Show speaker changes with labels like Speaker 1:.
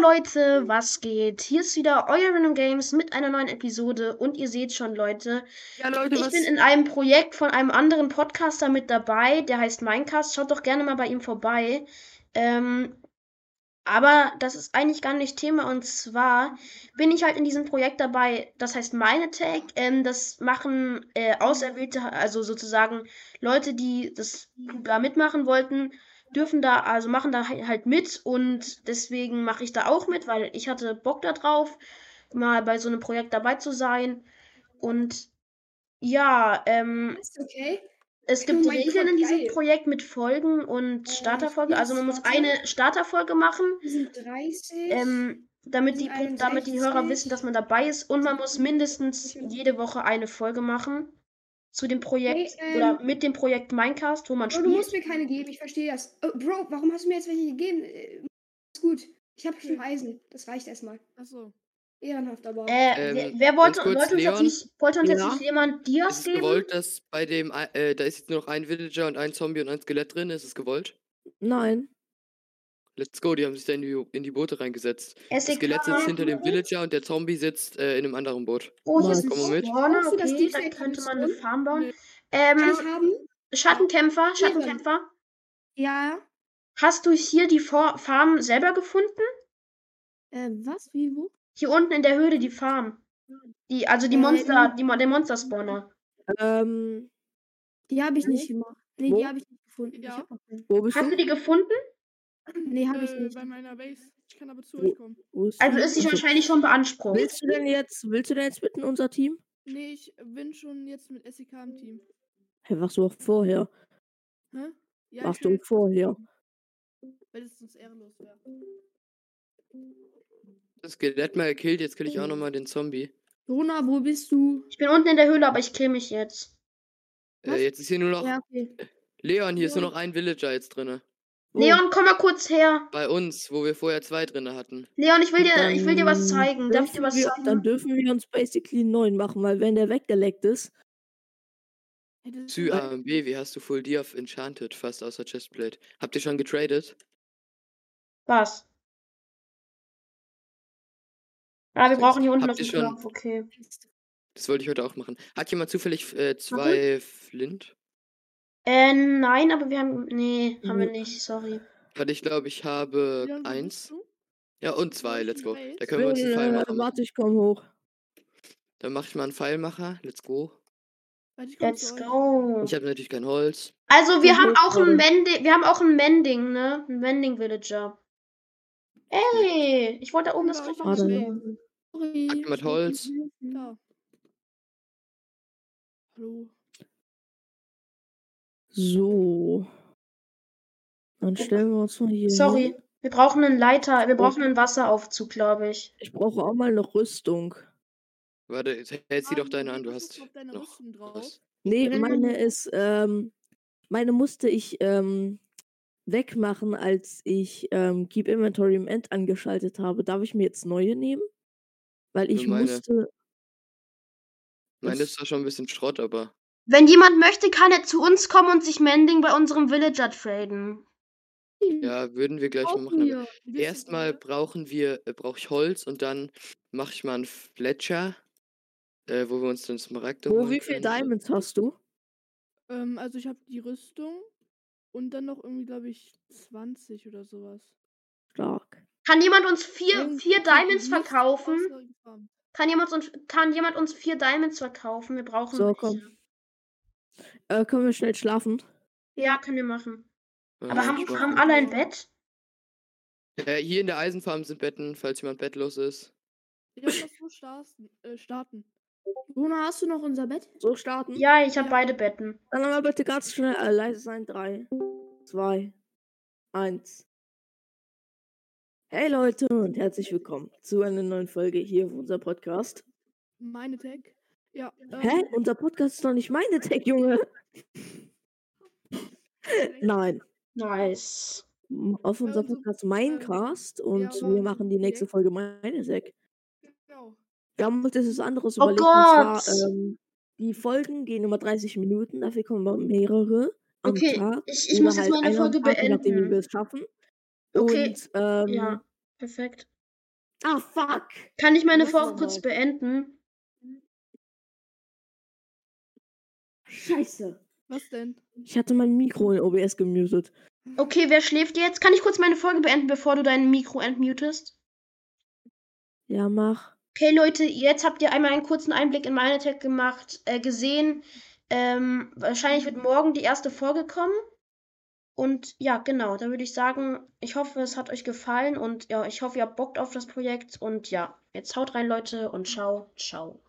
Speaker 1: Leute, was geht? Hier ist wieder euer Random Games mit einer neuen Episode und ihr seht schon, Leute,
Speaker 2: Ja, Leute,
Speaker 1: ich
Speaker 2: was?
Speaker 1: bin in einem Projekt von einem anderen Podcaster mit dabei, der heißt Minecast. Schaut doch gerne mal bei ihm vorbei. Ähm, aber das ist eigentlich gar nicht Thema und zwar bin ich halt in diesem Projekt dabei, das heißt MineTech. Ähm, das machen äh, Auserwählte, also sozusagen Leute, die das da mitmachen wollten, dürfen da, also machen da hi- halt mit und deswegen mache ich da auch mit, weil ich hatte Bock da drauf, mal bei so einem Projekt dabei zu sein. Und ja, ähm,
Speaker 3: Ist okay.
Speaker 1: es
Speaker 3: Oh
Speaker 1: gibt
Speaker 3: mein
Speaker 1: Regeln
Speaker 3: Gott,
Speaker 1: in diesem
Speaker 3: geil.
Speaker 1: Projekt mit Folgen und
Speaker 3: Ähm,
Speaker 1: Starterfolge. Also man muss
Speaker 3: Starter.
Speaker 1: eine Starterfolge machen,
Speaker 3: Wir sind Oh, 30.
Speaker 1: ähm, damit, die,
Speaker 3: Sind
Speaker 1: damit die Hörer
Speaker 3: 61.
Speaker 1: wissen, dass man dabei ist. Und man muss mindestens jede Woche eine Folge machen zu dem Projekt
Speaker 3: ähm,
Speaker 1: oder mit dem Projekt Minecast, wo man
Speaker 3: oh, du musst
Speaker 1: spielt.
Speaker 3: mir keine geben, ich verstehe das. Oh, Bro, warum hast du mir jetzt welche gegeben? Äh, Ist gut. Ich habe schon Eisen. Das reicht erstmal.
Speaker 2: Achso.
Speaker 3: ehrenhaft aber. auch.
Speaker 1: Äh,
Speaker 2: Ähm,
Speaker 1: wer, wer wollte,
Speaker 2: ganz kurz,
Speaker 1: wollte uns jetzt
Speaker 2: Leon?
Speaker 1: nicht, wollte uns jetzt
Speaker 2: Luna?
Speaker 1: nicht jemand Dias
Speaker 2: Ist es
Speaker 1: geben?
Speaker 2: gewollt, dass bei dem, ei- äh, da ist jetzt nur noch ein Villager und ein Zombie und ein Skelett drin? Ist es gewollt?
Speaker 4: Nein.
Speaker 2: Let's go, die haben sich da in die, in die Boote reingesetzt. Das
Speaker 1: SDK.
Speaker 2: Skelett sitzt hinter dem Villager und der Zombie sitzt äh, in einem anderen Boot.
Speaker 1: Oh, hier ist ein
Speaker 2: Komm mal mit.
Speaker 1: Spawner,
Speaker 3: Glaubst du, dass
Speaker 1: okay,
Speaker 3: die
Speaker 1: dann
Speaker 3: vielleicht
Speaker 1: könnte
Speaker 3: eine
Speaker 1: man eine
Speaker 3: Mission-
Speaker 1: Farm bauen.
Speaker 2: Nee.
Speaker 3: Kann
Speaker 1: Ähm,
Speaker 3: ich haben?
Speaker 1: Schattenkämpfer, Schattenkämpfer.
Speaker 4: Ja.
Speaker 1: Hast du hier die Vor Farm selber gefunden?
Speaker 4: Äh, was? Wie? Wo?
Speaker 1: Hier unten in der Höhle die Farm. Die, also die
Speaker 4: Ja,
Speaker 1: Monster, die, Mon- der Monster-Spawner.
Speaker 4: Ähm, die habe ich nicht gemacht. Nee,
Speaker 2: Hm? Wo?
Speaker 4: die habe ich nicht gefunden.
Speaker 5: Ja.
Speaker 4: Ich hab noch keine.
Speaker 6: Wo bist
Speaker 1: Hast du
Speaker 6: du?
Speaker 1: die gefunden?
Speaker 4: Nee, habe ich
Speaker 5: äh,
Speaker 4: nicht.
Speaker 5: bei meiner Base. Ich kann aber zu euch kommen.
Speaker 6: Wo ist
Speaker 1: Also
Speaker 6: sie?
Speaker 1: ist sie
Speaker 6: Also,
Speaker 1: wahrscheinlich schon beansprucht.
Speaker 6: Willst du denn jetzt, willst du denn jetzt mit in unser Team?
Speaker 5: Nee, ich bin schon jetzt mit SEK im Team.
Speaker 6: Hä, warst du auch vorher?
Speaker 5: Hä? Ja,
Speaker 6: warst
Speaker 5: ich
Speaker 6: du
Speaker 5: kann
Speaker 6: auch
Speaker 5: jetzt-
Speaker 6: vorher?
Speaker 5: Weil es sonst ehrenlos wäre.
Speaker 2: Das Skelett mal gekillt, jetzt kill
Speaker 4: Hm.
Speaker 2: ich auch nochmal den Zombie.
Speaker 4: Dona, wo bist du?
Speaker 1: Ich bin unten in der Höhle, aber ich kill mich jetzt.
Speaker 2: Äh, jetzt ist hier nur noch.
Speaker 4: Ja, okay.
Speaker 2: Leon, hier ist nur noch ein Villager jetzt drinne.
Speaker 6: Wo?
Speaker 1: Leon, komm mal kurz her.
Speaker 2: Bei uns, wo wir vorher zwei drinne hatten.
Speaker 1: Leon, ich will dir, ich will dir was
Speaker 6: Dann
Speaker 1: zeigen. Darf ich dir
Speaker 6: dürfen
Speaker 1: was
Speaker 6: wir, Dann
Speaker 1: zeigen?
Speaker 6: dürfen wir uns basically einen neuen machen, weil wenn der weggeleckt ist,
Speaker 5: Hey, das ist
Speaker 2: Zu
Speaker 5: ja-
Speaker 2: AMB, wie hast du Full Dia Enchanted fast außer Chestplate? Habt ihr schon getradet?
Speaker 1: Was? Ah, wir brauchen hier unten noch
Speaker 2: Habt ihr
Speaker 1: einen
Speaker 2: schon-
Speaker 1: Knopf, okay.
Speaker 2: Das wollte ich heute auch machen. Hat jemand zufällig äh, zwei Flint?
Speaker 1: Äh, nein, aber wir haben. Nee, haben wir
Speaker 6: Mhm.
Speaker 1: nicht, sorry.
Speaker 2: Weil ich glaube, ich habe
Speaker 5: Leon, wo bist
Speaker 2: äh, eins.
Speaker 5: du?
Speaker 2: Ja, und zwei.
Speaker 5: bist
Speaker 2: Let's
Speaker 5: in
Speaker 2: go.
Speaker 5: der Base?
Speaker 2: Da können wir uns einen Pfeil
Speaker 6: äh,
Speaker 2: machen.
Speaker 6: warte, ich komme hoch.
Speaker 2: Dann mache ich mal einen Pfeilmacher. Let's go.
Speaker 5: Warte, ich komm
Speaker 1: Let's
Speaker 5: zu euch.
Speaker 1: go.
Speaker 2: Ich Mhm, habe natürlich kein Holz.
Speaker 1: Also wir
Speaker 6: Ich
Speaker 1: haben
Speaker 6: muss
Speaker 1: auch einen
Speaker 6: gerade-
Speaker 1: Mending, wir haben auch einen Mending, ne? Ein Mending Villager. Ey, ich wollte da oben das
Speaker 5: Ja,
Speaker 1: Griff
Speaker 5: ich
Speaker 1: noch
Speaker 6: weiß.
Speaker 1: machen.
Speaker 4: Sorry.
Speaker 2: Hat jemand Holz?
Speaker 5: Da. Hallo.
Speaker 6: So. Dann stellen wir uns mal hier.
Speaker 1: Sorry,
Speaker 6: hin.
Speaker 1: wir brauchen einen Leiter, wir brauchen einen Wasseraufzug, glaube ich.
Speaker 6: Ich brauche auch mal noch Rüstung.
Speaker 2: Warte, jetzt hältst sie
Speaker 5: Ah,
Speaker 2: doch deine an. Du
Speaker 5: guck
Speaker 2: hast
Speaker 5: mal auf deine
Speaker 2: noch
Speaker 5: Rüstung drauf.
Speaker 2: was.
Speaker 6: Nee,
Speaker 1: Wenn man-
Speaker 6: meine ist, ähm, meine musste ich ähm, wegmachen, als ich ähm, Keep Inventory im End angeschaltet habe. Darf ich mir jetzt neue nehmen? Weil ich
Speaker 2: meine.
Speaker 6: musste.
Speaker 2: Meine
Speaker 6: Das-
Speaker 2: ist zwar schon ein bisschen Schrott, aber.
Speaker 1: Wenn jemand möchte, kann er zu uns kommen und sich Mending bei unserem Villager traden.
Speaker 2: Ja, würden wir gleich mal machen. aber Erstmal brauchen wir, äh, brauche ich Holz und dann mache ich mal einen Fletcher, äh, wo wir uns den Smaragd
Speaker 6: Wo,
Speaker 2: holen
Speaker 6: wie viel
Speaker 2: können und-
Speaker 6: Diamonds hast du?
Speaker 5: Ähm, also ich habe die Rüstung und dann noch irgendwie, glaube ich, 20 oder sowas.
Speaker 6: Stark.
Speaker 1: Kann jemand uns vier,
Speaker 5: Irgendwie
Speaker 1: vier
Speaker 5: kriegt man
Speaker 1: Diamonds
Speaker 5: nichts
Speaker 1: verkaufen?
Speaker 5: außer Farm.
Speaker 1: Kann jemand, uns, kann jemand uns vier Diamonds verkaufen? Wir brauchen.
Speaker 6: So,
Speaker 1: welche.
Speaker 6: komm. Äh, können wir schnell schlafen?
Speaker 1: Ja, können wir machen.
Speaker 2: Ah,
Speaker 1: Aber
Speaker 2: ich
Speaker 1: haben,
Speaker 2: brauch-
Speaker 1: haben alle ein Bett?
Speaker 2: Äh, hier in der Eisenfarm sind Betten, falls jemand bettlos ist.
Speaker 5: Ja, lass so starten. Äh, starten.
Speaker 4: Dona, hast du noch unser Bett?
Speaker 6: So starten.
Speaker 1: Ja, ich habe
Speaker 5: Ja.
Speaker 1: beide Betten.
Speaker 6: Dann aber bitte ganz schnell äh, leise sein. Drei, zwei, eins. Hey Leute und herzlich willkommen zu einer neuen Folge hier auf unserem Podcast.
Speaker 5: Meine Tag. Ja. ähm,
Speaker 1: Ähm.
Speaker 6: Hä? Unser Podcast ist doch nicht meine Tech, Junge. Nein.
Speaker 1: Nice.
Speaker 6: M- Auf unserem
Speaker 1: Also,
Speaker 5: unser-
Speaker 6: Podcast Minecast und
Speaker 5: aber
Speaker 6: wir machen die nächste
Speaker 5: Projekt-
Speaker 6: Folge meine Tech.
Speaker 5: Genau.
Speaker 6: Wir haben uns jetzt was anderes
Speaker 1: Oh
Speaker 6: überlegt. Und
Speaker 1: Gott.
Speaker 6: zwar, ähm, die Folgen gehen immer 30 Minuten, dafür kommen wir mehrere am
Speaker 1: Okay,
Speaker 6: Tag.
Speaker 1: Ich, ich
Speaker 6: oder
Speaker 1: muss jetzt
Speaker 6: halt
Speaker 1: meine
Speaker 6: einer am
Speaker 1: Folge
Speaker 6: Tag, je Nachdem, wie wir
Speaker 1: beenden.
Speaker 6: es schaffen.
Speaker 1: Okay.
Speaker 6: Und ähm,
Speaker 1: Ja, perfekt.
Speaker 6: Ah, fuck.
Speaker 1: Kann ich meine
Speaker 6: Was
Speaker 1: Folge
Speaker 6: ist
Speaker 1: kurz
Speaker 6: das?
Speaker 1: beenden?
Speaker 6: Scheiße.
Speaker 5: Was denn?
Speaker 6: Ich hatte mein Mikro in OBS gemutet.
Speaker 1: Okay, wer schläft jetzt? Kann ich kurz meine Folge beenden, bevor du dein Mikro entmutest?
Speaker 6: Ja, mach.
Speaker 1: Okay, Leute, jetzt habt ihr einmal einen kurzen Einblick in meine Tech gemacht, äh, gesehen. Ähm, wahrscheinlich wird morgen die erste Folge kommen. Und ja, genau, da würde ich sagen, ich hoffe, es hat euch gefallen und ja, ich hoffe, ihr habt Bock auf das Projekt. Und ja, jetzt haut rein, Leute, und ciao, ciao.